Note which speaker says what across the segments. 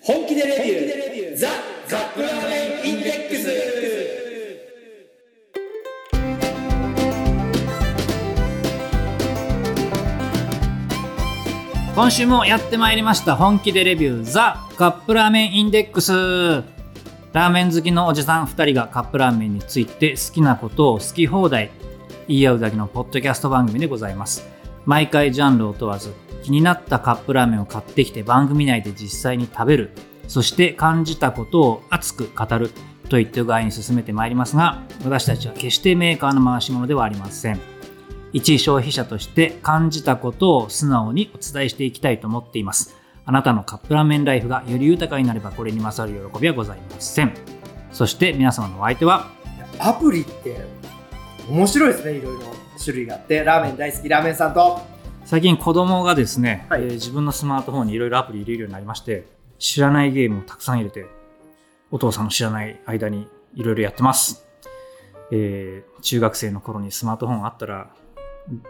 Speaker 1: 本気でレビューザ・カップラーメンインデックス
Speaker 2: 今週もやってまいりました本気でレビューザカップラーメンインデックスラーメン好きのおじさん2人がカップラーメンについて好きなことを好き放題言い合うだけのポッドキャスト番組でございます毎回ジャンルを問わず気になったカップラーメンを買ってきて番組内で実際に食べるそして感じたことを熱く語るといった具合に進めてまいりますが私たちは決してメーカーの回し物ではありません一消費者として感じたことを素直にお伝えしていきたいと思っています。あなたのカップラーメンライフがより豊かになればこれに勝る喜びはございません。そして皆様のお相手は、
Speaker 3: アプリって面白いですねいろいろ種類があってラーメン大好きラーメンさんと
Speaker 2: 最近子供がですね、
Speaker 3: はい
Speaker 2: えー自分のスマートフォンにいろいろアプリ入れるようになりまして、知らないゲームをたくさん入れて、お父さんの知らない間にいろいろやってます。えー中学生の頃にスマートフォンあったら、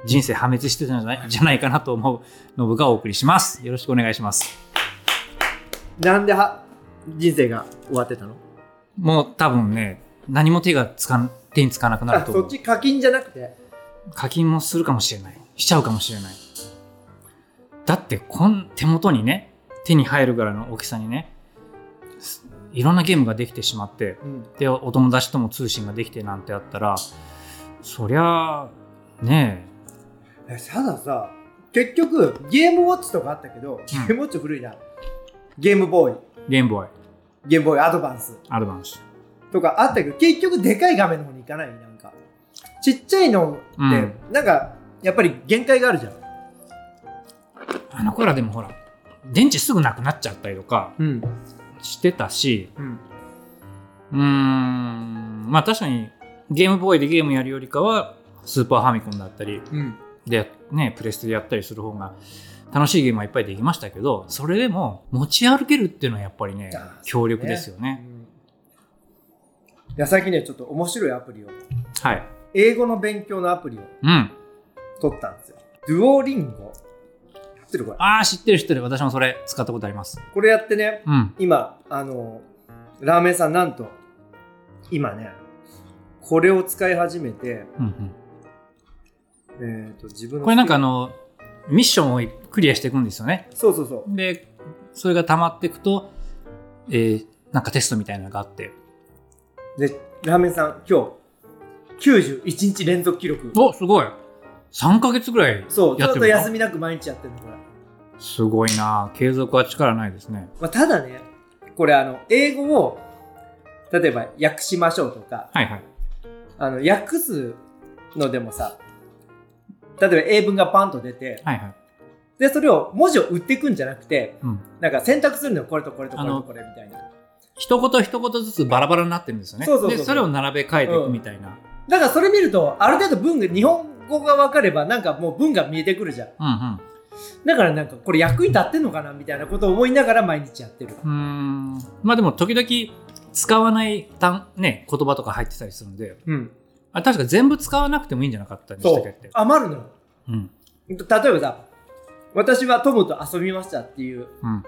Speaker 2: 人生破滅してたんじゃないじゃないかなと思うノブがお送りします。よろしくお願いします。
Speaker 3: なんでは人生が終わってたの
Speaker 2: もう多分ね、何も手がつかん、手につかなくなる
Speaker 3: あ
Speaker 2: と
Speaker 3: そ
Speaker 2: 思
Speaker 3: っ
Speaker 2: う。
Speaker 3: ち課金じゃなくて
Speaker 2: 課金もするかもしれない。しちゃうかもしれない。だって、こん、手元にね、手に入るぐらいの大きさにね、すいろんなゲームができてしまって、
Speaker 3: うん
Speaker 2: で、お友達とも通信ができてなんてあったら、そりゃ、ね
Speaker 3: えたださ結局ゲームウォッチとかあったけど、ゲームウォッチ古いなゲームボーイ
Speaker 2: え、ゲームボーイ、
Speaker 3: ゲームボーイアドバンス
Speaker 2: アドバンス。
Speaker 3: とかあったけど結局でかい画面の方に行かないなんかちっちゃいのって、
Speaker 2: うん
Speaker 3: なんかやっぱり限界があるじゃん
Speaker 2: あの頃はでもほら、電池すぐなくなっちゃったりとか
Speaker 3: うん
Speaker 2: してたし、
Speaker 3: うん
Speaker 2: うーんまあ確かにゲームボーイでゲームやるよりかはスーパーファミコンだったり
Speaker 3: うん
Speaker 2: で、ね、プレステでやったりする方が楽しいゲームはいっぱいできましたけどそれでも持ち歩けるっていうのはやっぱりね
Speaker 3: あー
Speaker 2: 強力ですよね。
Speaker 3: いや最近ねちょっと面白いアプリを
Speaker 2: はい、
Speaker 3: 英語の勉強のアプリを
Speaker 2: うん、
Speaker 3: 取ったんですよ。ドゥオリンゴ知ってるこれ。
Speaker 2: ああ知ってる知ってる私もそれ使ったことあります。
Speaker 3: これやってね、
Speaker 2: うん、
Speaker 3: 今、あの、ラーメンさんなんと、今ね、これを使い始めて、
Speaker 2: うんうん、
Speaker 3: えー、と自分の
Speaker 2: これなんかあのミッションをクリアしていくんですよね。
Speaker 3: そうそうそう
Speaker 2: でそれが溜まっていくと、えーなんかテストみたいなのがあって
Speaker 3: でラーメンさん今日91日連続記録
Speaker 2: おすごい3ヶ月ぐらい
Speaker 3: そうち
Speaker 2: や
Speaker 3: ょ
Speaker 2: っ
Speaker 3: ってと
Speaker 2: るの
Speaker 3: 休みなく毎日やってるのこれ、
Speaker 2: すごいなあ継続は力ないですね。
Speaker 3: まあ、ただねこれあの英語を例えば訳しましょうとか
Speaker 2: はいはい。
Speaker 3: あの訳すのでもさ例えば英文がパンと出て、
Speaker 2: はいはい。
Speaker 3: で、それを文字を売っていくんじゃなくて、
Speaker 2: うん。
Speaker 3: なんか選択するのよこれとこれとこれ
Speaker 2: あの
Speaker 3: とこれみたいな。
Speaker 2: 一言一言ずつバラバラになってるんですよね。
Speaker 3: そうそうそう
Speaker 2: で、それを並べ替えていくみたいな。
Speaker 3: だからそれ見ると、ある程度文が、日本語が分かれば、なんかもう文が見えてくるじゃん。
Speaker 2: うん
Speaker 3: だからなんか、これ役に立ってんのかなみたいなことを思いながら毎日やってる。
Speaker 2: うん。うーん。まあでも、時々使わない単、ね、言葉とか入ってたりするんで、
Speaker 3: うん。
Speaker 2: あ確か全部使わなくてもいいんじゃなかったんでし
Speaker 3: そ
Speaker 2: たっけっ
Speaker 3: う
Speaker 2: て。。
Speaker 3: 余るのよ。
Speaker 2: うん。
Speaker 3: 例えばさ、私はトムと遊びましたっていう
Speaker 2: うん。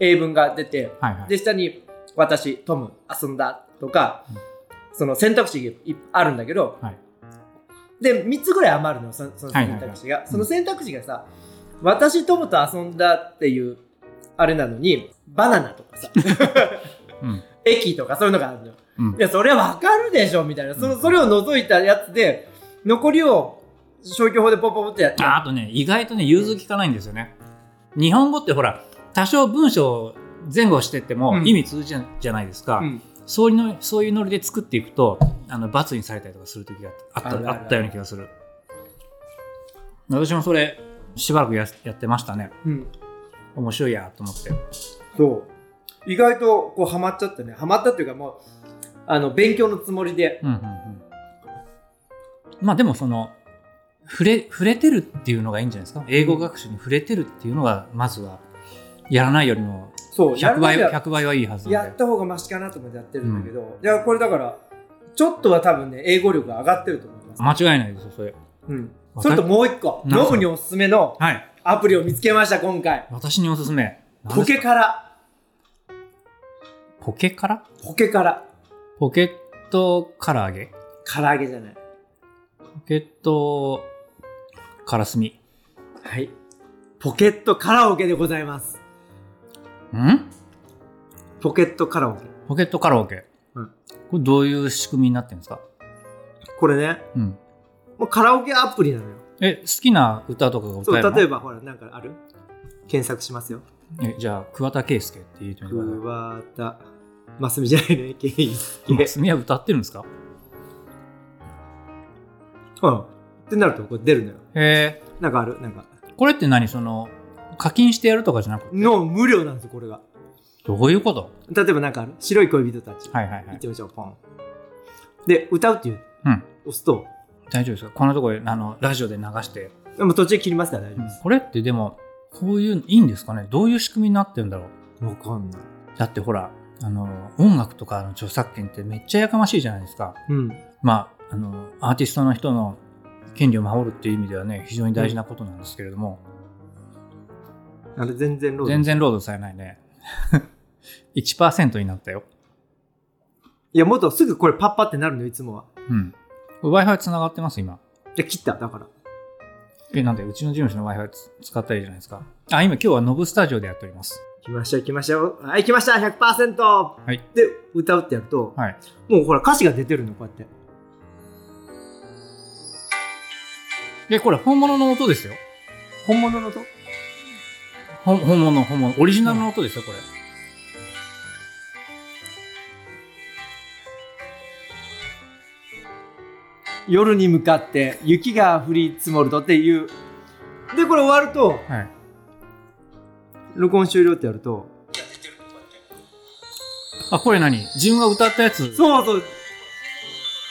Speaker 3: 英文が出て、
Speaker 2: はいはい。
Speaker 3: で、下に、私、トム、遊んだとか
Speaker 2: うん、
Speaker 3: その選択肢がいあるんだけど、
Speaker 2: はい
Speaker 3: で、3つぐらい余るの、そのその
Speaker 2: はい
Speaker 3: 選
Speaker 2: はいはい
Speaker 3: 択肢が。その選択肢がさ、私、トムと遊んだっていう、あれなのに、バナナとかさ、
Speaker 2: うん。
Speaker 3: 駅とかそういうのがあるのよ。
Speaker 2: う
Speaker 3: い。
Speaker 2: ん
Speaker 3: や、それはわかるでしょ、みたいな。その
Speaker 2: うん
Speaker 3: それを除いたやつで、残りを消去法でポッポポってやって、
Speaker 2: ああとね、意外とね、融通きかないんですよね。日本語ってほら、多少文章を前後してって
Speaker 3: う
Speaker 2: も
Speaker 3: ん
Speaker 2: 意味通じるじゃないですか。
Speaker 3: うん
Speaker 2: そういうのそういうノリで作っていくとあの罰にされたりとかする時があった
Speaker 3: あ
Speaker 2: あ
Speaker 3: るある
Speaker 2: あったような気がする私もそれしばらくややってましたね
Speaker 3: うん。
Speaker 2: 面白いやと思って
Speaker 3: そう。意外とこうハマっちゃったね。ハマったっていうかもう、あの、勉強のつもりで。
Speaker 2: うんうんうんまあでもその触れ触れてるっていうのがいいんじゃないですか英語学習に触れてるっていうのがまずはやらないよりも
Speaker 3: そう、や
Speaker 2: 100
Speaker 3: るま
Speaker 2: 倍
Speaker 3: では
Speaker 2: 100倍はいいはずな
Speaker 3: や
Speaker 2: ん
Speaker 3: っ
Speaker 2: で
Speaker 3: た方がマシかなと思ってやってるんだけど、いや、これだから、ちょっとは多分ね、英語力が上がってると思います。
Speaker 2: 間違いないですよそれ
Speaker 3: うん。
Speaker 2: わ
Speaker 3: ち
Speaker 2: か
Speaker 3: ょっ
Speaker 2: る
Speaker 3: ともう一個、
Speaker 2: なんす
Speaker 3: ノ
Speaker 2: か
Speaker 3: ブにおすすめの
Speaker 2: はい
Speaker 3: アプリを見つけました、今回。
Speaker 2: 私におすすめ
Speaker 3: ポケカラ。
Speaker 2: ポケカラ
Speaker 3: ポケから
Speaker 2: ポケット唐揚げ
Speaker 3: 唐揚げじゃない
Speaker 2: ポケットカラスミ
Speaker 3: はいポケットカラオケでございます
Speaker 2: ん
Speaker 3: ポケットカラオケ
Speaker 2: ポケットカラオケ、
Speaker 3: うん
Speaker 2: これどういう仕組みになってるんですか、
Speaker 3: これね
Speaker 2: うん、
Speaker 3: もうカラオケアプリなのよ
Speaker 2: え好きな歌とかが歌
Speaker 3: そ
Speaker 2: え
Speaker 3: う
Speaker 2: るの
Speaker 3: 例えばほらなんかある検索しますよ
Speaker 2: えじゃあ桑田佳祐って言うてみてく
Speaker 3: 桑田真澄じゃない ねケイスケ
Speaker 2: ださいスミは歌ってるんですか
Speaker 3: うんってなるとこう出るのよ
Speaker 2: え
Speaker 3: なんかあるなんか
Speaker 2: ー、これって何その課金してやるとかじゃなくて
Speaker 3: の無料なんですよこれが
Speaker 2: どういうこと
Speaker 3: 例えばなんかある白い恋人たち、
Speaker 2: はいはいは
Speaker 3: 行っ
Speaker 2: い
Speaker 3: てみましょうポンで歌うっていう、
Speaker 2: うん
Speaker 3: 押すと
Speaker 2: 大丈夫ですかこのとこあのラジオで流して、
Speaker 3: でも途中で切りますから大丈夫です、
Speaker 2: これってでもこういういいんですかねどういう仕組みになってるんだろう
Speaker 3: わかんない
Speaker 2: だってほらあの音楽とかの著作権ってめっちゃやかましいじゃないですか
Speaker 3: うん
Speaker 2: まああのアーティストの人の権利を守るっていう意味ではね非常に大事なことなんですけれども、
Speaker 3: あれ全然ロード
Speaker 2: 全然ロードされないね 1%になったよ
Speaker 3: いやもっとすぐこれパッパってなるのよいつもは
Speaker 2: うん w i f i つながってます今
Speaker 3: で切っただから
Speaker 2: えなんでうちの事務所の w i f i 使ったらいいじゃないですかあ今今日はノブスタジオでやっております
Speaker 3: 来ました来ましたはい来ました100%
Speaker 2: はい
Speaker 3: で歌うってやると、
Speaker 2: はい
Speaker 3: もうほら歌詞が出てるのこうやって
Speaker 2: でこれ本物の音ですよ
Speaker 3: 本物の音
Speaker 2: ほん本物本物オリジナルの音ですよこれ、
Speaker 3: 夜に向かって雪が降り積もるとっていうでこれ終わると
Speaker 2: はい
Speaker 3: 録音終了ってやると
Speaker 2: あこれ何自分が歌ったやつ
Speaker 3: そうそ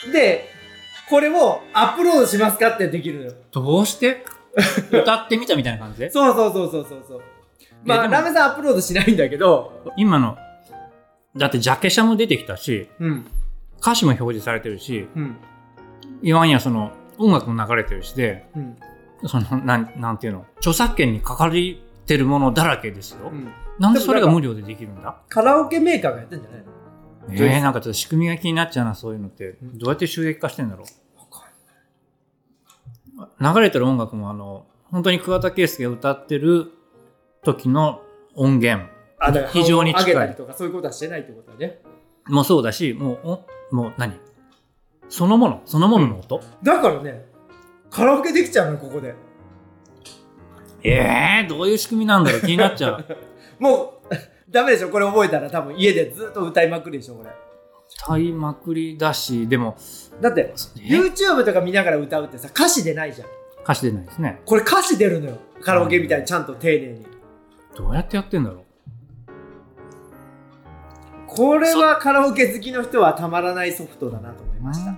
Speaker 3: うでこれをアップロードしますかってできるのよ
Speaker 2: どうして歌ってみたみたいな感じで
Speaker 3: そうそうそうそうそうそうま
Speaker 2: い
Speaker 3: あ
Speaker 2: やでも
Speaker 3: ラメさんアップロードしないんだけど
Speaker 2: 今のだってジャケ写も出てきたし
Speaker 3: うん
Speaker 2: 歌詞も表示されてるし
Speaker 3: うん
Speaker 2: いわんやその音楽も流れてるしで
Speaker 3: うん
Speaker 2: そのなんなんていうの著作権にかかりてるものだらけですよ、
Speaker 3: うん
Speaker 2: なんでそれが無料でできるんだ
Speaker 3: カラオケメーカーがやってんじゃないの
Speaker 2: え
Speaker 3: どうです
Speaker 2: ー、なんかちょっと仕組みが気になっちゃうなそういうのって
Speaker 3: うん
Speaker 2: どうやって収益化してんだろう流れてる音楽もあの本当に桑田佳祐が歌ってる時の音源
Speaker 3: あだから
Speaker 2: 非常に近い
Speaker 3: 上げたりとかそういうことはしてないってことだね
Speaker 2: もそうだしもうおもう何そのものそのものの音、
Speaker 3: だからねカラオケできちゃうのここで
Speaker 2: えー、どういう仕組みなんだろう気になっちゃう
Speaker 3: もう ダメでしょこれ覚えたら多分家でずっと歌いまくるでしょこれ
Speaker 2: 歌いまくりだしでも
Speaker 3: だって
Speaker 2: え
Speaker 3: YouTube とか見ながら歌うってさ歌詞出ないじゃん
Speaker 2: 歌詞出ないですね
Speaker 3: これ歌詞出るのよカラオケみたいにちゃんと丁寧に
Speaker 2: どうやってやってんだろう
Speaker 3: これはカラオケ好きの人はたまらないソフトだなと思いました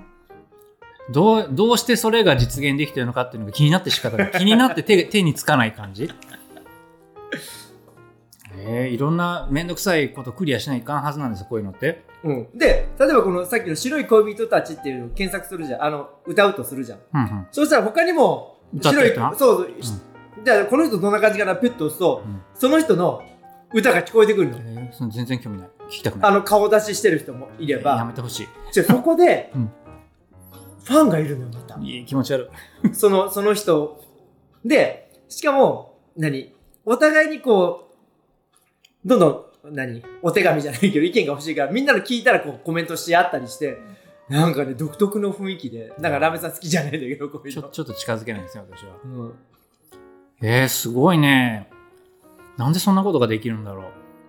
Speaker 2: どうどうしてそれが実現できてるのかっていうのが気になって仕 方ない気になって手手につかない感じえー、いろんな面倒くさいことクリアしないかんはずなんですよこういうのって
Speaker 3: うん、で例えばこのさっきの「白い恋人たち」っていうのを検索するじゃんあの歌うとするじゃん
Speaker 2: うんうん
Speaker 3: そしたら他にも
Speaker 2: 歌って
Speaker 3: 白
Speaker 2: る
Speaker 3: い
Speaker 2: 人な
Speaker 3: そうそう、じゃあこの人どんな感じかなピュッと押すと、
Speaker 2: うん
Speaker 3: その人の歌が聞こえてくるの
Speaker 2: えーその全然興味ない聞きたくない
Speaker 3: あの顔出ししてる人もいれ
Speaker 2: や
Speaker 3: ば
Speaker 2: めてほし
Speaker 3: じゃあそこで、
Speaker 2: うん
Speaker 3: ファンがいるのよまた
Speaker 2: いいい気持ち悪
Speaker 3: そのその人でしかも何お互いにこうどんどん何お手紙じゃないけど意見が欲しいからみんなの聞いたらこうコメントし合ったりしてなんかね独特の雰囲気でなんかラメさん好きじゃないんだけどこう
Speaker 2: い
Speaker 3: いう
Speaker 2: ちょ
Speaker 3: の、
Speaker 2: ちょっと近づけないんですよ私は
Speaker 3: うん、
Speaker 2: えー、すごいねなんでそんなことができるんだろ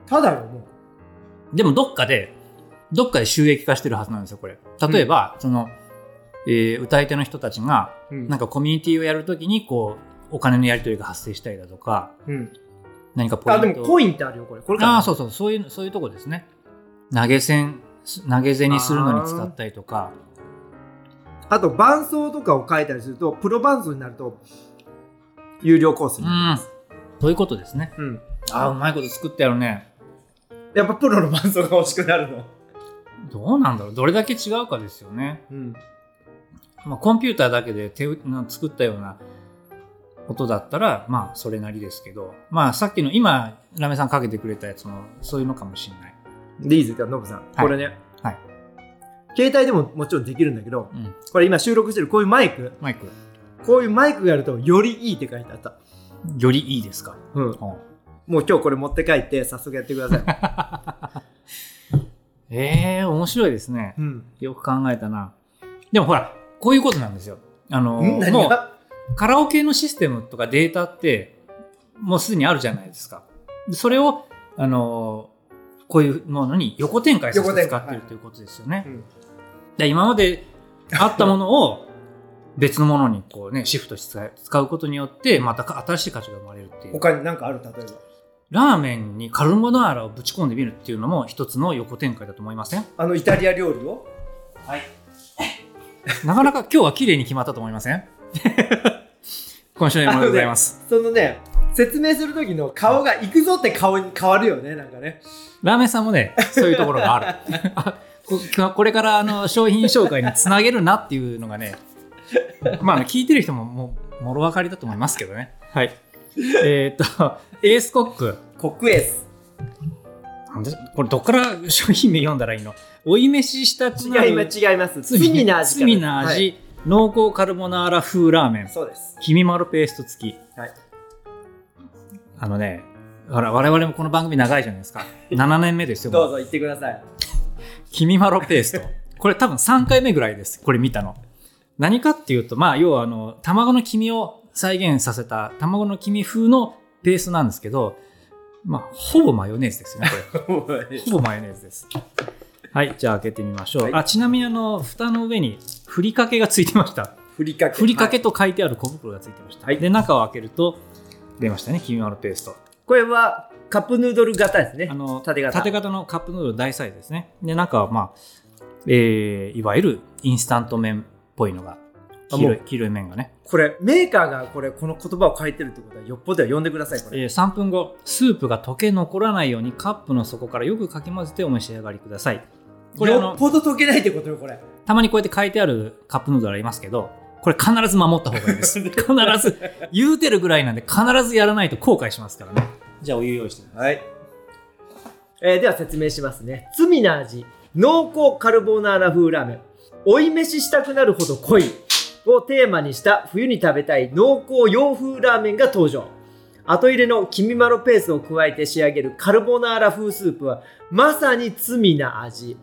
Speaker 3: ただよもう
Speaker 2: うでもどっかでどっかで収益化してるはずなんですよこれ例えば、その、えー歌い手の人たちが
Speaker 3: うん
Speaker 2: なんかコミュニティをやるときにこうお金のやり取りが発生したりだとか
Speaker 3: うん、
Speaker 2: 何かポイ
Speaker 3: あ
Speaker 2: ント
Speaker 3: でもコインってあるよこれこれかな
Speaker 2: ああそうそうそういうそういうとこですね投げ銭す投げ銭するのに使ったりとか
Speaker 3: あと伴奏とかを変えたりするとプロ伴奏になると有料コース
Speaker 2: う
Speaker 3: になり
Speaker 2: ん
Speaker 3: ます、
Speaker 2: そういうことですね
Speaker 3: うん、
Speaker 2: ああうまいこと作ったよね
Speaker 3: やっぱプロの伴奏が欲しくなるの、
Speaker 2: どうなんだろうどれだけ違うかですよね、
Speaker 3: うん、
Speaker 2: まあ、コンピューターだけで手打な作ったような音だったらまあそれなりですけどまあさっきの今ラメさんかけてくれたやつもそういうのかもしれない
Speaker 3: でいいですか、ノブさん。これね。
Speaker 2: はい
Speaker 3: 携帯でももちろんできるんだけど、
Speaker 2: うん
Speaker 3: これ今収録してるこういうマイク、
Speaker 2: マイク
Speaker 3: こういうマイクがあるとよりいいって書いてあった。
Speaker 2: よりいいですか
Speaker 3: うん。もう今日これ持って帰って早速やってください。
Speaker 2: ええー、面白いですね
Speaker 3: うん。
Speaker 2: よく考えたなでもほらこういうことなんですよあの
Speaker 3: ん何
Speaker 2: もう
Speaker 3: が
Speaker 2: カラオケのシステムとかデータってもうすでにあるじゃないですかでそれをあのこういうものに横展開させて使ってるということですよね、
Speaker 3: うん
Speaker 2: で今まであったものを 別のものにこうねシフトして使い使うことによってまたか新しい価値が生まれるっていう
Speaker 3: 他に何かある例えば。
Speaker 2: ラーメンにカルボナーラをぶち込んでみるっていうのも一つの横展開だと思いません
Speaker 3: あのイタリア料理を
Speaker 2: なかなか今日は綺麗に決まったと思いません 今週のものでございます
Speaker 3: そのね、説明する時の顔が行くぞって顔に変わるよね、なんかね。
Speaker 2: ラーメンさんも ねそういうところがあるあこ これからあの商品紹介につなげるなっていうのがねまあ聞いてる人ももうもろ分かりだと思いますけどねはいえーっとエースコック
Speaker 3: コクエス。
Speaker 2: なんでこれどっから商品名読んだらいいの追い飯したちな
Speaker 3: 違いま
Speaker 2: る
Speaker 3: す、違います。罪な味から。
Speaker 2: 罪な味、
Speaker 3: はい
Speaker 2: 濃厚カルボナーラ風ラーメン
Speaker 3: そうです。
Speaker 2: 黄身丸ペースト付き、
Speaker 3: はい
Speaker 2: あのねほら我々もこの番組長いじゃないですか7年目ですよ
Speaker 3: どう
Speaker 2: もう
Speaker 3: ぞ言ってくださ い。
Speaker 2: 黄身丸ペーストこれ多分3回目ぐらいですこれ見たの何かっていうとまあ要はあの卵の黄身を再現させた卵の黄身風のペーストなんですけどまあほぼマヨネーズですよねこれほぼマヨネーズです。はい、じゃあ開けてみましょう。
Speaker 3: はい
Speaker 2: あ、ちなみにあの、蓋の上に、ふりかけがついてました。
Speaker 3: ふりかけ。
Speaker 2: ふりかけと書いてある小袋がついてました。
Speaker 3: はい
Speaker 2: で、中を開けると、出ましたね、黄身のペースト。
Speaker 3: これはカップヌードル型ですね。
Speaker 2: あの、
Speaker 3: 縦型。
Speaker 2: のカップヌードル大サイズですね。で、中はまあ、えー、いわゆるインスタント麺っぽいのが、黄色
Speaker 3: あ
Speaker 2: い黄色い麺がね。
Speaker 3: これ、メーカーがこれ、この言葉を書いてるってことは、よっぽどは読んでください、これ。
Speaker 2: えー3分後スープが溶け残らないようにカップの底からよくかき混ぜてお召し上がりくださいこれあ
Speaker 3: よ
Speaker 2: の
Speaker 3: っぽど解けないってことよ、これ。
Speaker 2: たまにこうやって書いてあるカップヌードルありますけど、これ必ず守った方がいい です。必ず、言うてるぐらいなんで必ずやらないと後悔しますからね。じゃあお湯用意して
Speaker 3: はい。えーでは説明しますね。罪な味、濃厚カルボナーラ風ラーメン、追い飯したくなるほど濃いをテーマにした冬に食べたい濃厚洋風ラーメンが登場。後入れの黄身まろペースを加えて仕上げるカルボナーラ風スープはまさに罪な味。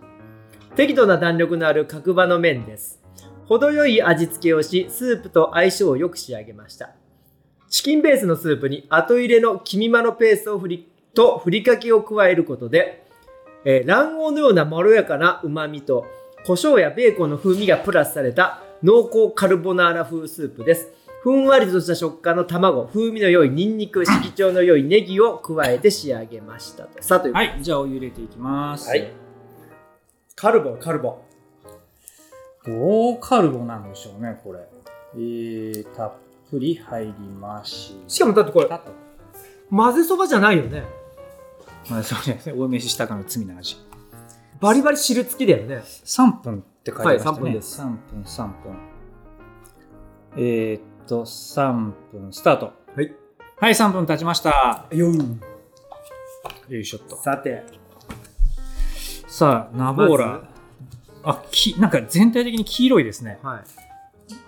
Speaker 3: 適度な弾力のある角場の麺です。程よい味付けをし、スープと相性を良く仕上げました。チキンベースのスープに後入れの黄身まろペーストをふりとふりかけを加えることで、えー卵黄のようなまろやかな旨味と胡椒やベーコンの風味がプラスされた濃厚カルボナーラ風スープですふんわりとした食感の卵風味の良いニンニク色調の良いネギを加えて仕上げましたとさあという、
Speaker 2: はい、じゃあお湯入れていきます。
Speaker 3: はいカルボカルボ
Speaker 2: どうカルボなんでしょうね、これ。えー、たっぷり入りまし
Speaker 3: しかもだってこれ
Speaker 2: たと。
Speaker 3: 混ぜそばじゃないよね
Speaker 2: まあ、そうですね。お飯したかの罪な味。
Speaker 3: バリバリ汁付きだよね
Speaker 2: 3分って書いてまし
Speaker 3: は
Speaker 2: たね。
Speaker 3: い3分です
Speaker 2: 3分、3分。えー、っと、3分、スタート。
Speaker 3: はい
Speaker 2: はい、3分経ちました。
Speaker 3: よ
Speaker 2: よいしょっと。
Speaker 3: さて
Speaker 2: さあ、ナボーラ。あ、き、なんか全体的に黄色いですね。
Speaker 3: は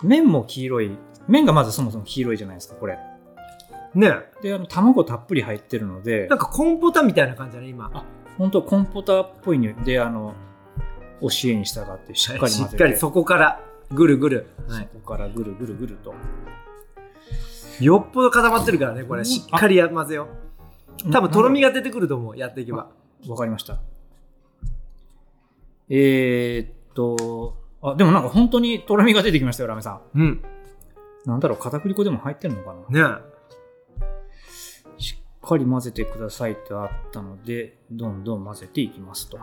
Speaker 2: 麺も黄色い。麺がまずそもそも黄色いじゃないですか、これ。
Speaker 3: いね
Speaker 2: で、あの、卵たっぷり入ってるので
Speaker 3: なん、かコンポタみたいな感じだね今
Speaker 2: あ本当コンポターっぽい匂いで、あの、教えに従ってしっかり
Speaker 3: し
Speaker 2: 混
Speaker 3: っ
Speaker 2: ぜ
Speaker 3: か
Speaker 2: て、
Speaker 3: りそこからぐるぐる、
Speaker 2: そこからぐるぐるぐると。
Speaker 3: よっぽど固まってるからねこ
Speaker 2: う
Speaker 3: れ
Speaker 2: ん
Speaker 3: しっかりや混ぜよう多分とろみが出てくると思うやっていけば
Speaker 2: わかりました。えー、っと、あ、でもなんか本当にとろみが出てきましたよ、ラメさん。
Speaker 3: うん
Speaker 2: なんだろう、片栗粉でも入ってるのかな
Speaker 3: ねえ
Speaker 2: しっかり混ぜてくださいってあったので、どんどん混ぜていきますと。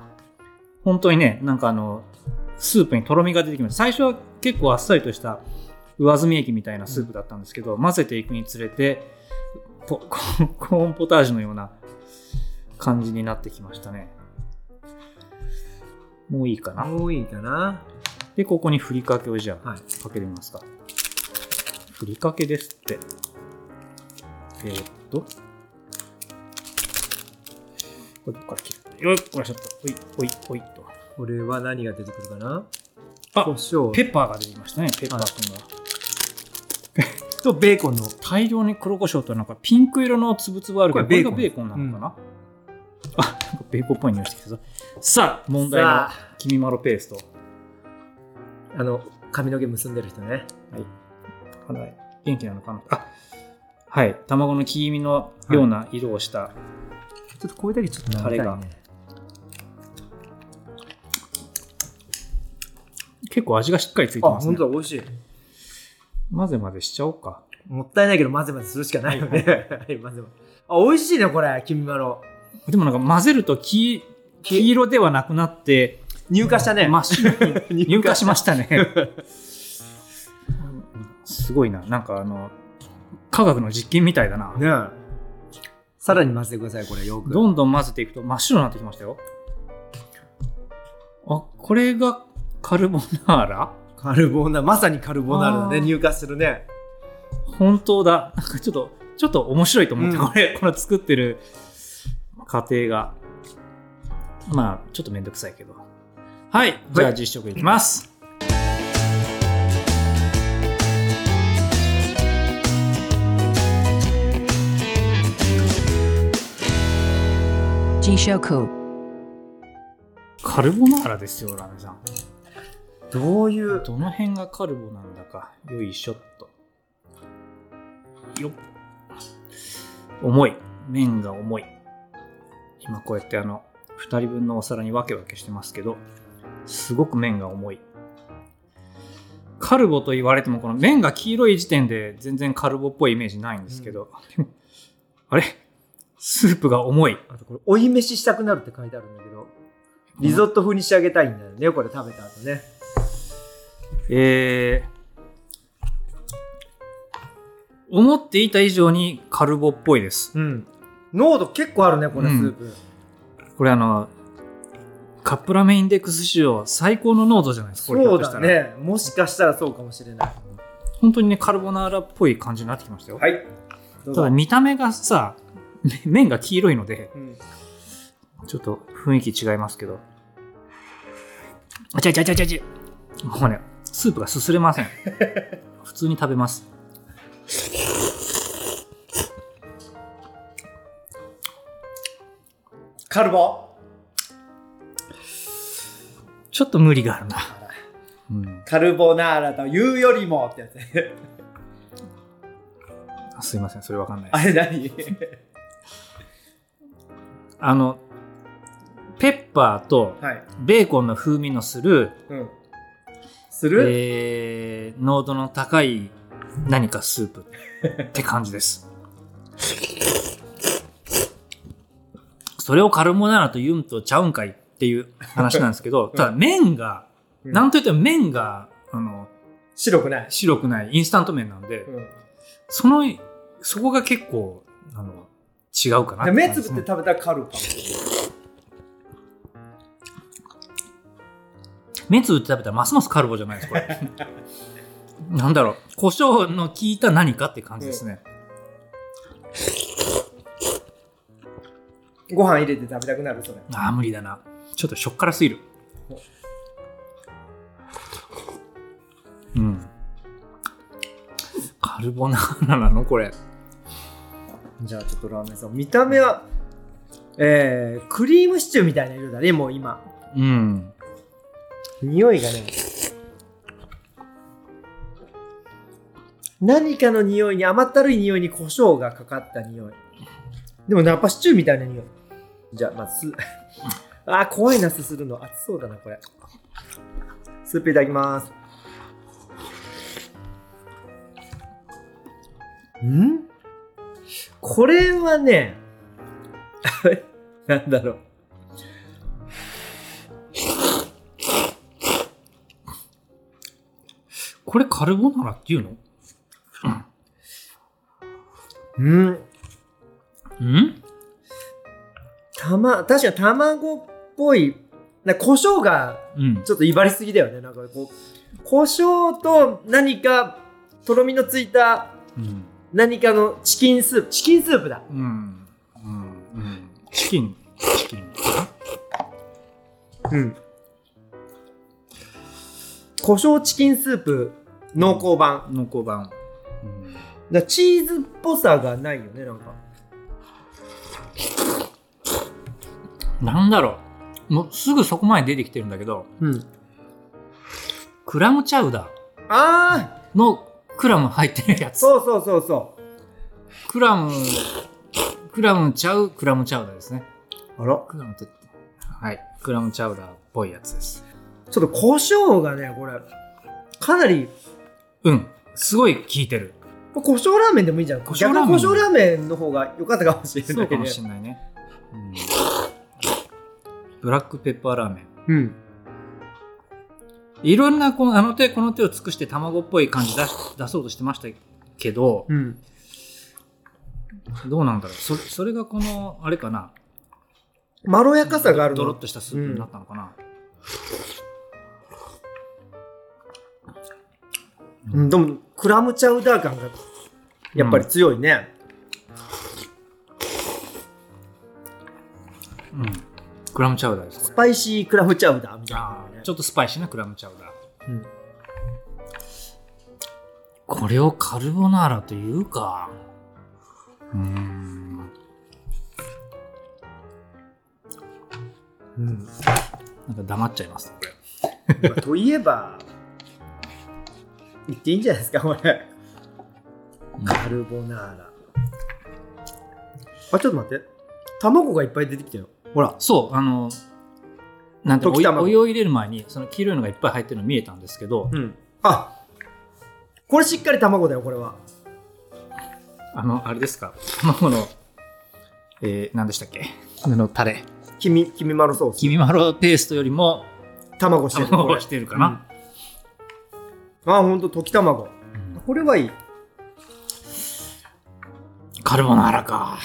Speaker 2: 本当にね、なんかあの、スープにとろみが出てきます。最初は結構あっさりとした上澄み液みたいなスープだったんですけど、混ぜていくにつれて、ポ コーンコーンポタージュのような感じになってきましたね。もういいかな。
Speaker 3: もういいかな
Speaker 2: で、ここにふりかけをじゃあ、
Speaker 3: はい
Speaker 2: かけてみますか。ふりかけですって。えーっと。これどっから切るよっこらちょっとほいほいほいと
Speaker 3: これは何が出てくるかな
Speaker 2: あ
Speaker 3: 胡椒
Speaker 2: ペッパーが出てきましたねペッパー君が、
Speaker 3: とベーコンの
Speaker 2: 大量に黒胡椒となんかピンク色のつぶつぶあるけどこ
Speaker 3: これベー
Speaker 2: れが
Speaker 3: コン
Speaker 2: ベーコンなのかな、あなんかベーコンっぽい匂いしてきたぞさあ問題の
Speaker 3: さ
Speaker 2: きみまろペースト
Speaker 3: あの髪の毛結んでる人ね
Speaker 2: かなり元気なのかなあはい卵の黄身のような色をした、
Speaker 3: ちょっとこれだけちょっと
Speaker 2: タレが結構味がしっかりついて
Speaker 3: あ
Speaker 2: ます
Speaker 3: 本
Speaker 2: ね
Speaker 3: 当だ美味しい
Speaker 2: 混ぜ混ぜしちゃおうか
Speaker 3: もったいないけど混ぜ混ぜするしかないよね、 はい、混ぜ混ぜあ美味しいねこれ君まろ
Speaker 2: でもなんか混ぜると黄黄色ではなくなって
Speaker 3: 入荷したね、
Speaker 2: 真っ白に入荷しま
Speaker 3: し
Speaker 2: したね すごいななんかあの科学の実験みたいだな、
Speaker 3: ねえさらに混ぜてくださいこれよく
Speaker 2: どんどん混ぜていくと真っ白になってきましたよあこれがカルボナーラ
Speaker 3: カルボナまさにカルボナーラだ
Speaker 2: あ
Speaker 3: ね
Speaker 2: ー
Speaker 3: 入荷するね
Speaker 2: 本当だなんかちょっとちょっと面白いと思って、
Speaker 3: うん
Speaker 2: これこの作ってる過程がまあちょっと面倒くさいけどはいじゃあ実食いきます、
Speaker 4: Jishoku.
Speaker 2: カルボナーラですよラメさん
Speaker 3: どういう
Speaker 2: どの辺がカルボなんだかよいしょっとよっ重い麺が重い今こうやってあの2人分のお皿に分け分けしてますけどすごく麺が重いカルボと言われてもこの麺が黄色い時点で全然カルボっぽいイメージないんですけど、でも あれスープが重い
Speaker 3: あとこれ追い飯したくなるって書いてあるんだけどリゾット風に仕上げたいんだよねこれ食べた後ね
Speaker 2: えー思っていた以上にカルボっぽいです
Speaker 3: うん濃度結構あるねこのスープ、
Speaker 2: これあのカップラーメンインデックス史上最高の濃度じゃないですかこれ
Speaker 3: そう
Speaker 2: ひょっと
Speaker 3: だ
Speaker 2: したら
Speaker 3: ねもしかしたらそうかもしれない
Speaker 2: 本当にねカルボナーラっぽい感じになってきましたよ、
Speaker 3: はいどう
Speaker 2: た
Speaker 3: ぞ
Speaker 2: だ見た目がさめ麺が黄色いので
Speaker 3: うん
Speaker 2: ちょっと雰囲気違いますけどあちゃちゃちゃちゃちゃもうねスープがすすれま せん普通に食べます
Speaker 3: カルボ
Speaker 2: ちょっと無理があるな、うん、
Speaker 3: カルボナーラというよりもってやつ ね
Speaker 2: あすいませんそれわかんない
Speaker 3: あれ何
Speaker 2: あのペッパーと
Speaker 3: はい、
Speaker 2: ベーコンの風味のする
Speaker 3: うん、する、
Speaker 2: えー濃度の高い何かスープって感じです。それをカルボナーラと言うんとちゃうんかいっていう話なんですけど、ただ麺が、
Speaker 3: うん
Speaker 2: なんといっても麺が、あの、
Speaker 3: 白くない、
Speaker 2: 白くないインスタント麺なんで、
Speaker 3: うん
Speaker 2: その、そこが結構、あの、違うかな
Speaker 3: で目つぶって
Speaker 2: 感じですね
Speaker 3: 食べたらカルパ
Speaker 2: 目つぶって食べたらますますカルボじゃないです、こ れ。なんだろう、胡椒の効いた何かって感じですね。
Speaker 3: ご飯入れて食べたくなるそれ
Speaker 2: ああ、無理だな。ちょっとしょっからすぎる。うん。カルボナーラなのこれ。
Speaker 3: じゃあちょっとラーメンさん見た目はえー、クリームシチューみたいな色だねもう今
Speaker 2: うん。
Speaker 3: 匂いがね何かの匂いに甘ったるい匂いに胡椒がかかった匂いでもやっぱシチューみたいな匂いじゃあまずすあー怖いなすするの熱そうだなこれスープいただきますんこれはねなんだろう
Speaker 2: これカルボナーラっていうの
Speaker 3: うん
Speaker 2: うん
Speaker 3: たま、確かに卵っぽい、な胡椒が
Speaker 2: うん。
Speaker 3: ちょっと威張りすぎだよね。なんかこう、胡椒と何かとろみのついた
Speaker 2: うん。
Speaker 3: 何かのチキンスープ、チキンスープだ。
Speaker 2: うん。うん。チキン。チキン。
Speaker 3: うん。胡椒チキンスープ濃厚版。
Speaker 2: 濃厚版、うん
Speaker 3: だからチーズっぽさがないよね、なんか。
Speaker 2: なんだろうもうすぐそこまで出てきてるんだけど
Speaker 3: うん。
Speaker 2: クラムチャウダ
Speaker 3: ああ
Speaker 2: ーのクラム入ってるやつ
Speaker 3: そうそうそうそ
Speaker 2: クラムクラムチャウクラムチャウダーですね
Speaker 3: う。あら
Speaker 2: クラムとはいクラムチャウダーっぽいやつです
Speaker 3: ちょっと胡椒がね、これ、かなり、
Speaker 2: うんすごい効いてる
Speaker 3: 胡椒ラーメンでもいいんじゃん。
Speaker 2: 胡
Speaker 3: 胡
Speaker 2: 椒
Speaker 3: 椒
Speaker 2: ラ
Speaker 3: ラー
Speaker 2: ーメ
Speaker 3: メ
Speaker 2: ン
Speaker 3: ン。胡椒ラーメンの方が良かったかもしれ
Speaker 2: そ
Speaker 3: な
Speaker 2: う
Speaker 3: い、
Speaker 2: かも
Speaker 3: ね。
Speaker 2: しれないね、うんブラックペッパーラーメン
Speaker 3: うん。
Speaker 2: いろんなこのあの手この手を尽くして卵っぽい感じ出し出そうとしてましたけど、
Speaker 3: うん。
Speaker 2: どうなんだろうそれそれがこのあれかな
Speaker 3: まろやかさがある
Speaker 2: ドロッ
Speaker 3: の。
Speaker 2: としたスープになったのかな、
Speaker 3: うん、でも、クラムチャウダー感が、やっぱり強いね。
Speaker 2: うんクラムチャウダーです
Speaker 3: ス
Speaker 2: これ
Speaker 3: パイシークラムチャウダーみたいな
Speaker 2: あ、ーちょっとスパイシーなクラムチャウダー
Speaker 3: うん
Speaker 2: これをカルボナーラというかうーん
Speaker 3: うん。
Speaker 2: なんか黙っちゃいますこれ
Speaker 3: まあといえば、言っていいんじゃないですか、これ
Speaker 2: うん。
Speaker 3: カルボナーラ。あ、ちょっと待って。卵がいっぱい出てきたよ。ほら。
Speaker 2: そうあのなんていうの
Speaker 3: 溶
Speaker 2: お
Speaker 3: き
Speaker 2: 湯
Speaker 3: 卵
Speaker 2: お湯を入れる前にその黄色いのがいっぱい入ってるの見えたんですけど
Speaker 3: うん。あこれしっかり卵だよ、これは。
Speaker 2: あのあれですか卵のえー、何でしたっけあのタレ
Speaker 3: 黄身、黄身まろソース。
Speaker 2: 黄身まろペーストよりも
Speaker 3: 卵してる。
Speaker 2: 卵
Speaker 3: こ
Speaker 2: が
Speaker 3: れ
Speaker 2: 来てるかな、
Speaker 3: うんあ、ほんと、溶き卵。
Speaker 2: うん
Speaker 3: これはいい。
Speaker 2: カルボナーラか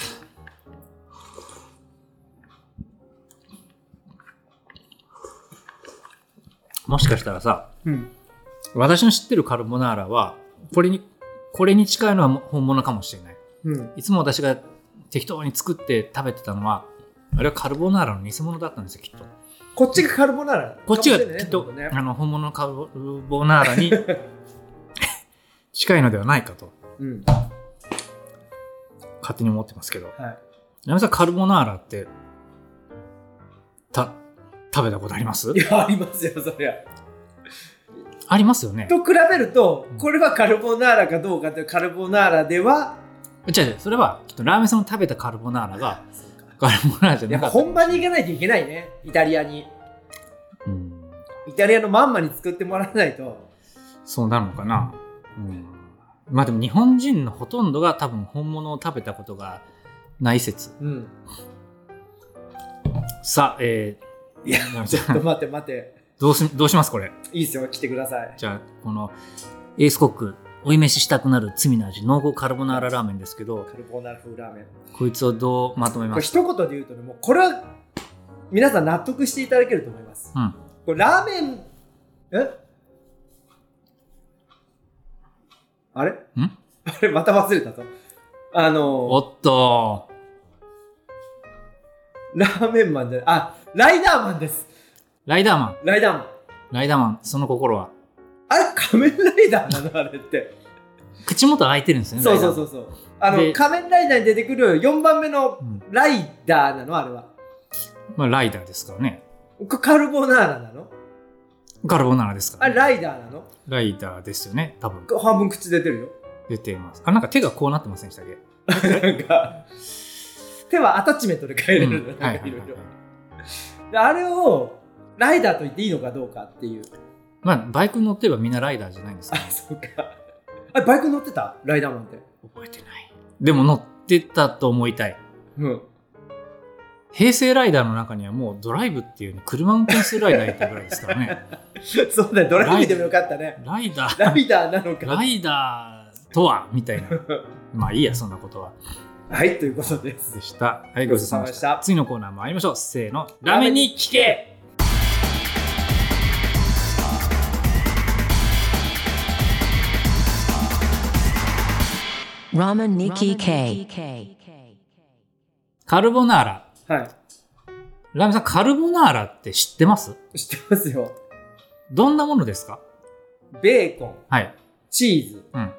Speaker 2: もしかしたらさ
Speaker 3: うん。
Speaker 2: 私の知ってるカルボナーラはこれにこれに近いのはも本物かもしれない
Speaker 3: うん。
Speaker 2: いつも私が適当に作って食べてたのはあれはカルボナーラの偽物だったんですよきっと
Speaker 3: こっちがカルボナーラ。
Speaker 2: こっちが
Speaker 3: かもしれない
Speaker 2: き
Speaker 3: ね
Speaker 2: っと、
Speaker 3: ほんね
Speaker 2: あの本物のカルボナ ーラに近いのではないかと
Speaker 3: うん。
Speaker 2: 勝手に思ってますけど
Speaker 3: はい。
Speaker 2: ナミさんカルボナーラってた食べたことあります
Speaker 3: いや、ありますよ、そりゃ。
Speaker 2: ありますよね
Speaker 3: と比べると、これはカルボナーラかどうかって、カルボナーラでは、
Speaker 2: 違う違うそれはきっとラーメンさんの食べたカルボナーラがカルボナーラじゃ
Speaker 3: や
Speaker 2: な
Speaker 3: っ
Speaker 2: か
Speaker 3: ぱ
Speaker 2: った、
Speaker 3: 本場に行かないといけないね、イタリアに。
Speaker 2: うん、
Speaker 3: イタリアのまんまに作ってもらわないと。
Speaker 2: そうなるのかな、うん、まあでも日本人のほとんどが多分本物を食べたことがない説
Speaker 3: うん。
Speaker 2: さあえー、
Speaker 3: いや
Speaker 2: ナミ
Speaker 3: ちょっ
Speaker 2: さ
Speaker 3: と
Speaker 2: ん
Speaker 3: 待って待って。
Speaker 2: どうしどうしますこれ
Speaker 3: いいっすよ、来てください。
Speaker 2: じゃあこのエースコック追い飯したくなる罪の味濃厚カルボナーララーメンですけど
Speaker 3: カルボナーラ風ラーメン。
Speaker 2: こいつをどうまとめ
Speaker 3: こ
Speaker 2: ま
Speaker 3: れ
Speaker 2: す
Speaker 3: 一言で言うとね、もうこれは皆さん納得していただけると思います。
Speaker 2: うん
Speaker 3: これラーメン、えあれ
Speaker 2: ん
Speaker 3: あれまた忘れたと。あ
Speaker 2: お
Speaker 3: の、
Speaker 2: っと
Speaker 3: ラーメンマンじゃない、あ、ライダーマンです。
Speaker 2: ライダーマン
Speaker 3: ライダーマン。
Speaker 2: ライダーマンその心は
Speaker 3: あれ仮面ライダーなのあれって。
Speaker 2: 口元開いてるんですね
Speaker 3: そうそうそううそう。あの
Speaker 2: で
Speaker 3: 仮面ライダーに出てくる4番目の
Speaker 2: ライダ
Speaker 3: ライダー
Speaker 2: ーマンうん
Speaker 3: なのあれは。
Speaker 2: まあライダーですからね
Speaker 3: これカルボナーラなの
Speaker 2: カルボナーラですか
Speaker 3: あ
Speaker 2: ら、
Speaker 3: れライ
Speaker 2: ね、
Speaker 3: ダーなの
Speaker 2: ライダーですよね多分
Speaker 3: こ半分口出てるよ。
Speaker 2: 出ていますあなんか手がこうなってませんでし たっけ
Speaker 3: なん か手はアタッチメントで変えれるの、
Speaker 2: うん
Speaker 3: な
Speaker 2: は
Speaker 3: ん
Speaker 2: い
Speaker 3: か
Speaker 2: はいい
Speaker 3: ろい
Speaker 2: はい
Speaker 3: ろ。であれをライダーと言っていいのかどうかっていう。
Speaker 2: まあバイクに乗ってればみんなライダーじゃないんです
Speaker 3: あ
Speaker 2: か、ね、
Speaker 3: そうか。あバイク乗ってたライダーマンって。
Speaker 2: 覚えてないでも乗ってたと思いたい
Speaker 3: うん。
Speaker 2: 平成ライダーの中にはもうドライブっていうね車運転するライダーいたぐらいですからね
Speaker 3: そうだよ、ドライブでもよかったね。
Speaker 2: ライダー
Speaker 3: ライダーなのか。
Speaker 2: ライダーとは みたいなまあいいやそんなことは
Speaker 3: はい、ということです。
Speaker 2: でしたはいごちそうさまでし
Speaker 3: ごちそうさま
Speaker 2: た
Speaker 3: でした
Speaker 2: 次のコーナー参りましょうせーのラメに聞け
Speaker 4: ラーメンニキ K
Speaker 2: カルボナーラ
Speaker 3: はい。
Speaker 2: ラーメンさん、カルボナーラって知ってます
Speaker 3: 知ってますよ。
Speaker 2: どんなものですか
Speaker 3: ベーコン、
Speaker 2: はい。
Speaker 3: チーズ、
Speaker 2: うん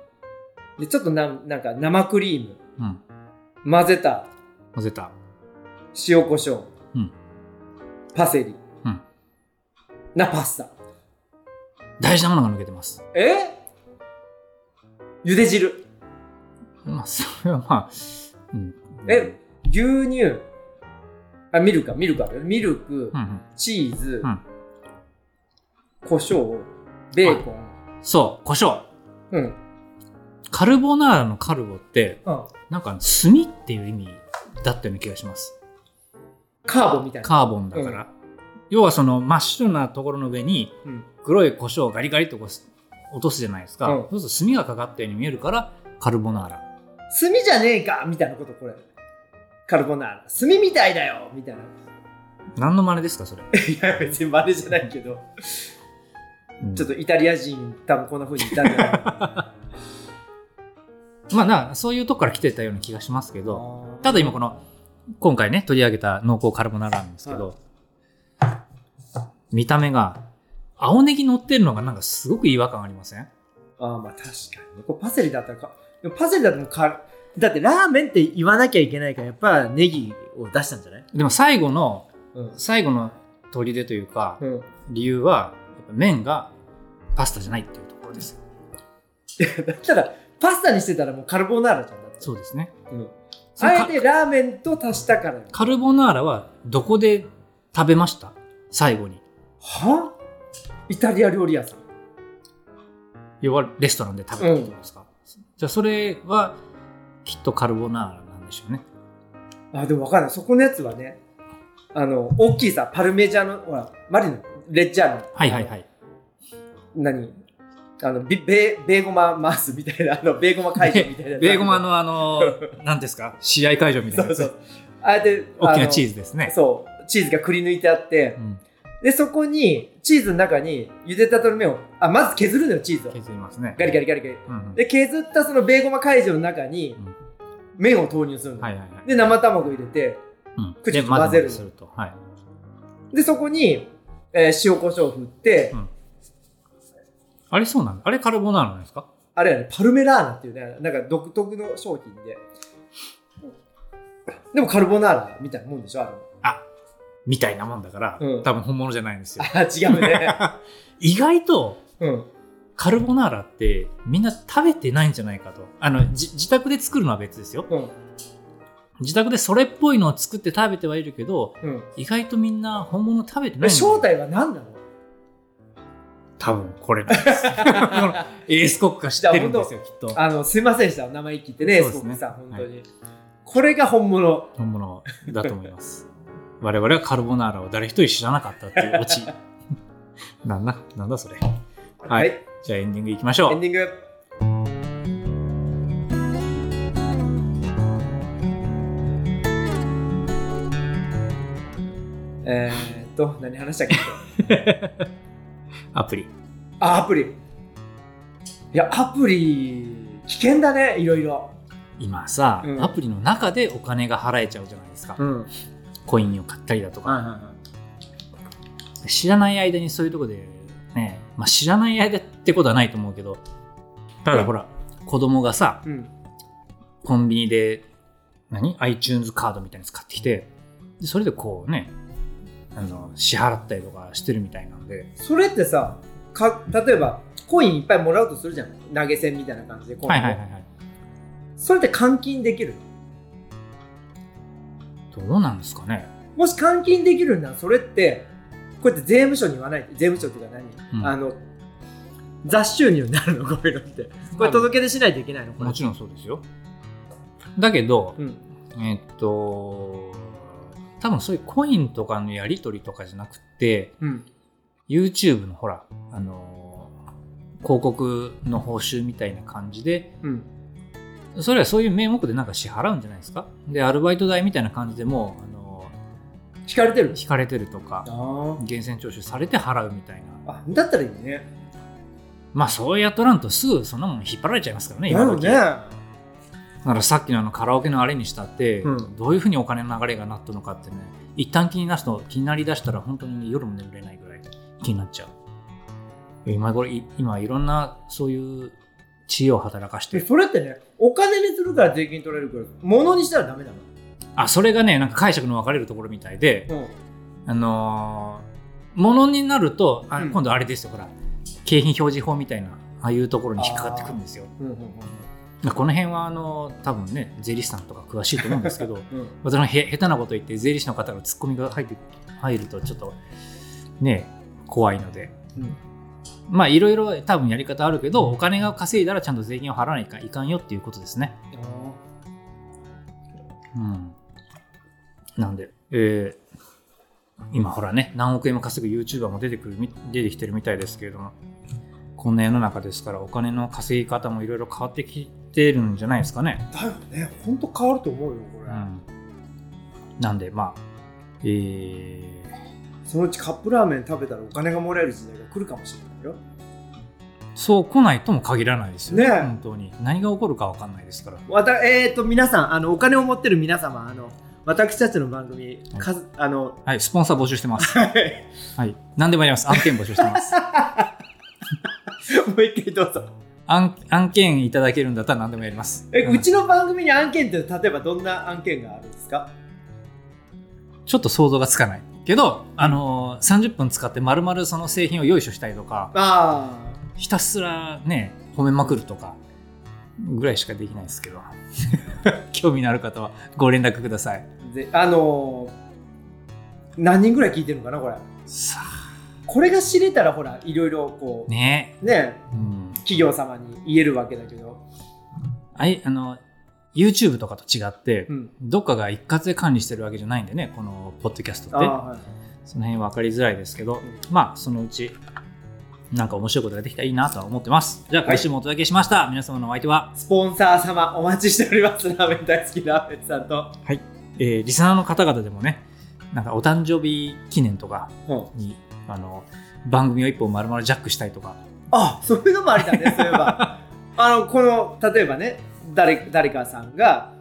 Speaker 3: でちょっとななんか生クリーム、
Speaker 2: うん。
Speaker 3: 混ぜた
Speaker 2: 混ぜた。
Speaker 3: 塩コショウ、
Speaker 2: うん
Speaker 3: パセリ、
Speaker 2: うん
Speaker 3: なパスタ。
Speaker 2: 大事なものが抜けてます。
Speaker 3: えゆで汁、
Speaker 2: まあ、それはまあ、うん。
Speaker 3: え牛乳、あ、ミルクか、ミルクあるよミルク、
Speaker 2: うんうん。
Speaker 3: チーズ、
Speaker 2: うん
Speaker 3: 胡椒、ベーコン、
Speaker 2: そう、胡椒。
Speaker 3: うん、
Speaker 2: カルボナーラのカルボって、
Speaker 3: うん、
Speaker 2: なんか炭っていう意味だったような気がします。
Speaker 3: カーボみたいな。
Speaker 2: カーボンだから。要はその真っ白なところの上に
Speaker 3: うん
Speaker 2: 黒い胡椒をガリガリとこうす落とすじゃないですか。
Speaker 3: うん
Speaker 2: そうすると炭がかかったように見えるからカルボナーラ。
Speaker 3: 炭じゃねえかみたいなことこれカルボナーラ炭みたいだよみたいな
Speaker 2: 何の真似ですかそれ。
Speaker 3: いや別に真似じゃないけど
Speaker 2: うん
Speaker 3: ちょっとイタリア人多分こんな風に言ったんじゃないか
Speaker 2: まあなそういうとこから来てたような気がしますけ
Speaker 3: な
Speaker 2: ど、ただ今この今回ね取り上げた濃厚カルボナーラなんですけど、見た目が青ネギ乗ってるのがなんかすごく違和感ありません
Speaker 3: あーまあ確かにねこれパセリだったらかでもパセリだったらもうかだってラーメンって言わなきゃいけないからやっぱネギを出したんじゃない
Speaker 2: でも最後の
Speaker 3: うん、
Speaker 2: 最後の砦というか
Speaker 3: うん、
Speaker 2: 理由はやっぱ麺がパスタじゃないっていうところですよ
Speaker 3: だ ったらパスタにしてたらもうカルボナーラじゃんだって
Speaker 2: そうですね
Speaker 3: うん
Speaker 2: その
Speaker 3: あ
Speaker 2: か
Speaker 3: えてラーメンと足したからよ
Speaker 2: カルボナーラはどこで食べました最後に
Speaker 3: はイタリア料理屋さん
Speaker 2: 要はレストランで食べたってことですか、じゃあそれはきっとカルボナーラなんでしょうね
Speaker 3: あ、でも分かんない。そこのやつはね、あの、大きいさ、パルメジャーの、ほら、マリの、レッジャーの、
Speaker 2: はいはいはい。
Speaker 3: 何あの、ビベー、ベーゴママースみたいな、あの、ベーゴマ会場みたいな。
Speaker 2: ベーゴマ。のあの、なんですか試合会場みた
Speaker 3: そ
Speaker 2: いうな。
Speaker 3: そう。あれで、
Speaker 2: 大きなチー
Speaker 3: ズ。
Speaker 2: ズですね。
Speaker 3: そう。チーズがくり抜いてあって
Speaker 2: う、ん、
Speaker 3: で、そこに、チーズの中に、ゆでたての麺を、あ、まず削るのよ、チーズを。
Speaker 2: 削りますね。
Speaker 3: ガリガリガリガリ。
Speaker 2: うんうん
Speaker 3: で、削ったそのベーゴマ会場の中に
Speaker 2: うん、
Speaker 3: 麺を投入するの。
Speaker 2: はいはいはい。
Speaker 3: で、生卵入れて、
Speaker 2: うん
Speaker 3: 口
Speaker 2: で
Speaker 3: と混ぜる
Speaker 2: 混ぜると。はい。
Speaker 3: で、そこに、えー塩コショウ振って、
Speaker 2: あれそうなんだ。あれカルボナーラなんですか
Speaker 3: あれやね、パルメラーナっていうね、なんか独特の商品で。でもカルボナーラみたいなもんでしょあれも
Speaker 2: みたいなもんだから、
Speaker 3: うん
Speaker 2: 多分本物じゃないんですよ。
Speaker 3: あ、違う ね。
Speaker 2: 意外と、
Speaker 3: うん。
Speaker 2: カルボナーラってみんな食べてないんじゃないかと。あの、じ自宅で作るのは別ですよ。
Speaker 3: うん。
Speaker 2: 自宅でそれっぽいのを作って食べてはいるけど、
Speaker 3: うん。
Speaker 2: 意外とみんな本物食べてないんだ
Speaker 3: え
Speaker 2: よ
Speaker 3: 正体は何なの
Speaker 2: 多分これなんです。この エースコックが知ってるんですよ、きっと。
Speaker 3: あの、すいませんでした。生意気言ってね、
Speaker 2: そう
Speaker 3: すご
Speaker 2: ですね
Speaker 3: くさん、本当に。これが本物。
Speaker 2: 本物だと思います。 我々はカルボナーラを誰一人知らなかったっていうオチ。 なんだ、なんだそれ。は。
Speaker 3: はいい。
Speaker 2: じゃあエンディングいきましょ
Speaker 3: エン
Speaker 2: う。
Speaker 3: ディング。えーっと、何話した っけ
Speaker 2: アプリ。
Speaker 3: あ、アプリ。いや、アプリ、危険だね、いろいろ。
Speaker 2: 今さ、
Speaker 3: うん
Speaker 2: アプリの中でお金が払えちゃうじゃないですか。
Speaker 3: ん。はい
Speaker 2: コインを買ったりだとか。
Speaker 3: は
Speaker 2: 知らない間にそういうとこで、ね、まあ知らない間ってことはないと思うけど、ただほら、子供がさ、
Speaker 3: い。うん。
Speaker 2: コンビニで何 iTunes カードみたいなやつ買ってきてでそれでこうねあの支払ったりとかしてるみたいなんで
Speaker 3: それってさ、か例えば、コインいっぱいもらうとするじゃん。投げ銭みたいな感じでコインを、
Speaker 2: いはい
Speaker 3: それって換金できる
Speaker 2: どうなんですかね
Speaker 3: もし換金できるなら、それって、こうやって税務署に言わない。税務署っていうか何、
Speaker 2: うん
Speaker 3: あの、雑収入になるの、こ ういうのって。これ届け出しないといけないのこれ
Speaker 2: も。ちろんそうですよだけど、
Speaker 3: うん。
Speaker 2: えっと多分そういうコインとかのやり取りとかじゃなくて
Speaker 3: うん。
Speaker 2: YouTube のほらあの広告の報酬みたいな感じで
Speaker 3: うん。
Speaker 2: それはそういう名目でなんか支払うんじゃないですかでアルバイト代みたいな感じでもうあの
Speaker 3: 引かれてる
Speaker 2: 引かれてるとか
Speaker 3: あ
Speaker 2: 源泉徴収されて払うみたい
Speaker 3: あ。
Speaker 2: な
Speaker 3: あ、だったらいいね。
Speaker 2: まあそうやっとらんとすぐそんなもん引っ張られちゃいますからね
Speaker 3: なる
Speaker 2: 今
Speaker 3: ほ
Speaker 2: 時
Speaker 3: ね。
Speaker 2: だからさっきのあのカラオケのあれにしたって、
Speaker 3: うん
Speaker 2: どういうふうにお金の流れがなったのかってね一旦気になすと気になりだしたら本当に、ね、夜も眠れないぐらい気になっちゃう今これい今いろんなそういう知恵を働かし
Speaker 3: で
Speaker 2: て
Speaker 3: それってねお金にするから税金取られるから物にしたらダメなの、
Speaker 2: あそれがねなんか解釈の分かれるところみたいで
Speaker 3: うん、
Speaker 2: あのー、ものになるとあ
Speaker 3: うん
Speaker 2: 今度あれですよ、ほら景品表示法みたいなああいうところに引っかかってくるんですよ
Speaker 3: うんうん
Speaker 2: この辺はあの多分ね税理士さんとか詳しいと思うんですけ
Speaker 3: う
Speaker 2: ど
Speaker 3: んうん
Speaker 2: 私のへ下手なこと言って税理士の方のツッコミが入って入るとちょっとね怖いので
Speaker 3: うん
Speaker 2: まあいろいろ多分やり方あるけどお金が稼いだらちゃんと税金を払わないかいかんよっていうことですね。うん、なんで、えー今ほらね何億円も稼ぐ YouTuber も出てくるみ出てきてるみたいですけれどもこんな世の中ですからお金の稼ぎ方もいろいろ変わってきてるんじゃないですかね。
Speaker 3: だよね本当変わると思うよこれ、
Speaker 2: うん、なんでまあえー
Speaker 3: そのうちカップラーメン食べたらお金がもらえる時代が来るかもしれないよ
Speaker 2: そう来ないとも限らないですよね
Speaker 3: ねえ
Speaker 2: 本当に何が起こるか分かんないですから
Speaker 3: わたえっ、と皆さんあのお金を持ってる皆様あの私たちの番組かずあの
Speaker 2: はいスポンサー募集してます
Speaker 3: はい
Speaker 2: はい何でもやります案件募集してます
Speaker 3: もう一回どうぞ
Speaker 2: 案案件いただけるんだったら何でもやります
Speaker 3: え、
Speaker 2: うん
Speaker 3: うちの番組に案件って例えばどんな案件があるんですか
Speaker 2: ちょっと想像がつかないけど、あのー30分使って丸々その製品をよいしょしたりとか
Speaker 3: あ
Speaker 2: ひたすらね褒めまくるとかぐらいしかできないですけど 興味のある方はご連絡ください
Speaker 3: あぜあのー何人ぐらい聞いてるのかなこれ
Speaker 2: さあ
Speaker 3: これが知れたらほらいろいろこうね
Speaker 2: ねうん
Speaker 3: 企業様に言えるわけだけど、
Speaker 2: あいあの YouTube とかと違って、
Speaker 3: うん、
Speaker 2: どっかが一括で管理してるわけじゃないんでねこのポッドキャスト
Speaker 3: あ
Speaker 2: って
Speaker 3: あはい
Speaker 2: その辺分かりづらいですけど、まあそのうちなんか面白いことができたらいいなとは思ってますじゃあ今週もお届けしました、皆様のお相手は
Speaker 3: スポンサー様お待ちしておりますラーメン大好きラーメンさんと、
Speaker 2: えーリスナーの方々でもね、なんかお誕生日記念とか
Speaker 3: うん、
Speaker 2: に、あの、番組を一本丸々ジャックしたいとか、
Speaker 3: あそういうのもありだねそういえ ばあのこの例えばね誰誰かさんが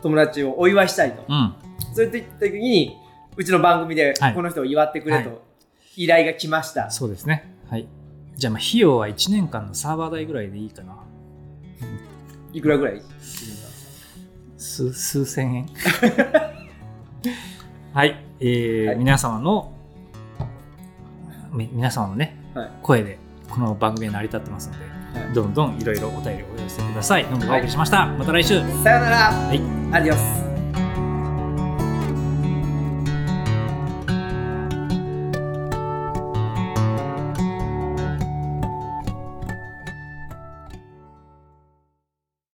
Speaker 3: 友達をお祝いしたいと、
Speaker 2: うん、
Speaker 3: そういった時にうちの番組で
Speaker 2: はい
Speaker 3: この人を祝ってくれと依頼が来ました、
Speaker 2: そうですね。はい。じゃあ、まあ、費用は1年間のサーバー代ぐらいでいいかな。
Speaker 3: い、くらぐらい
Speaker 2: 数、数千円。 はい。えー
Speaker 3: はい
Speaker 2: 皆様の、み皆様のね、
Speaker 3: はい
Speaker 2: 声で、この番組は成り立ってますので、
Speaker 3: い
Speaker 2: どんどんいろいろお便りをお寄せください。どんどんお送りしました。また来週。
Speaker 3: さよなら、
Speaker 2: はい
Speaker 3: アディオス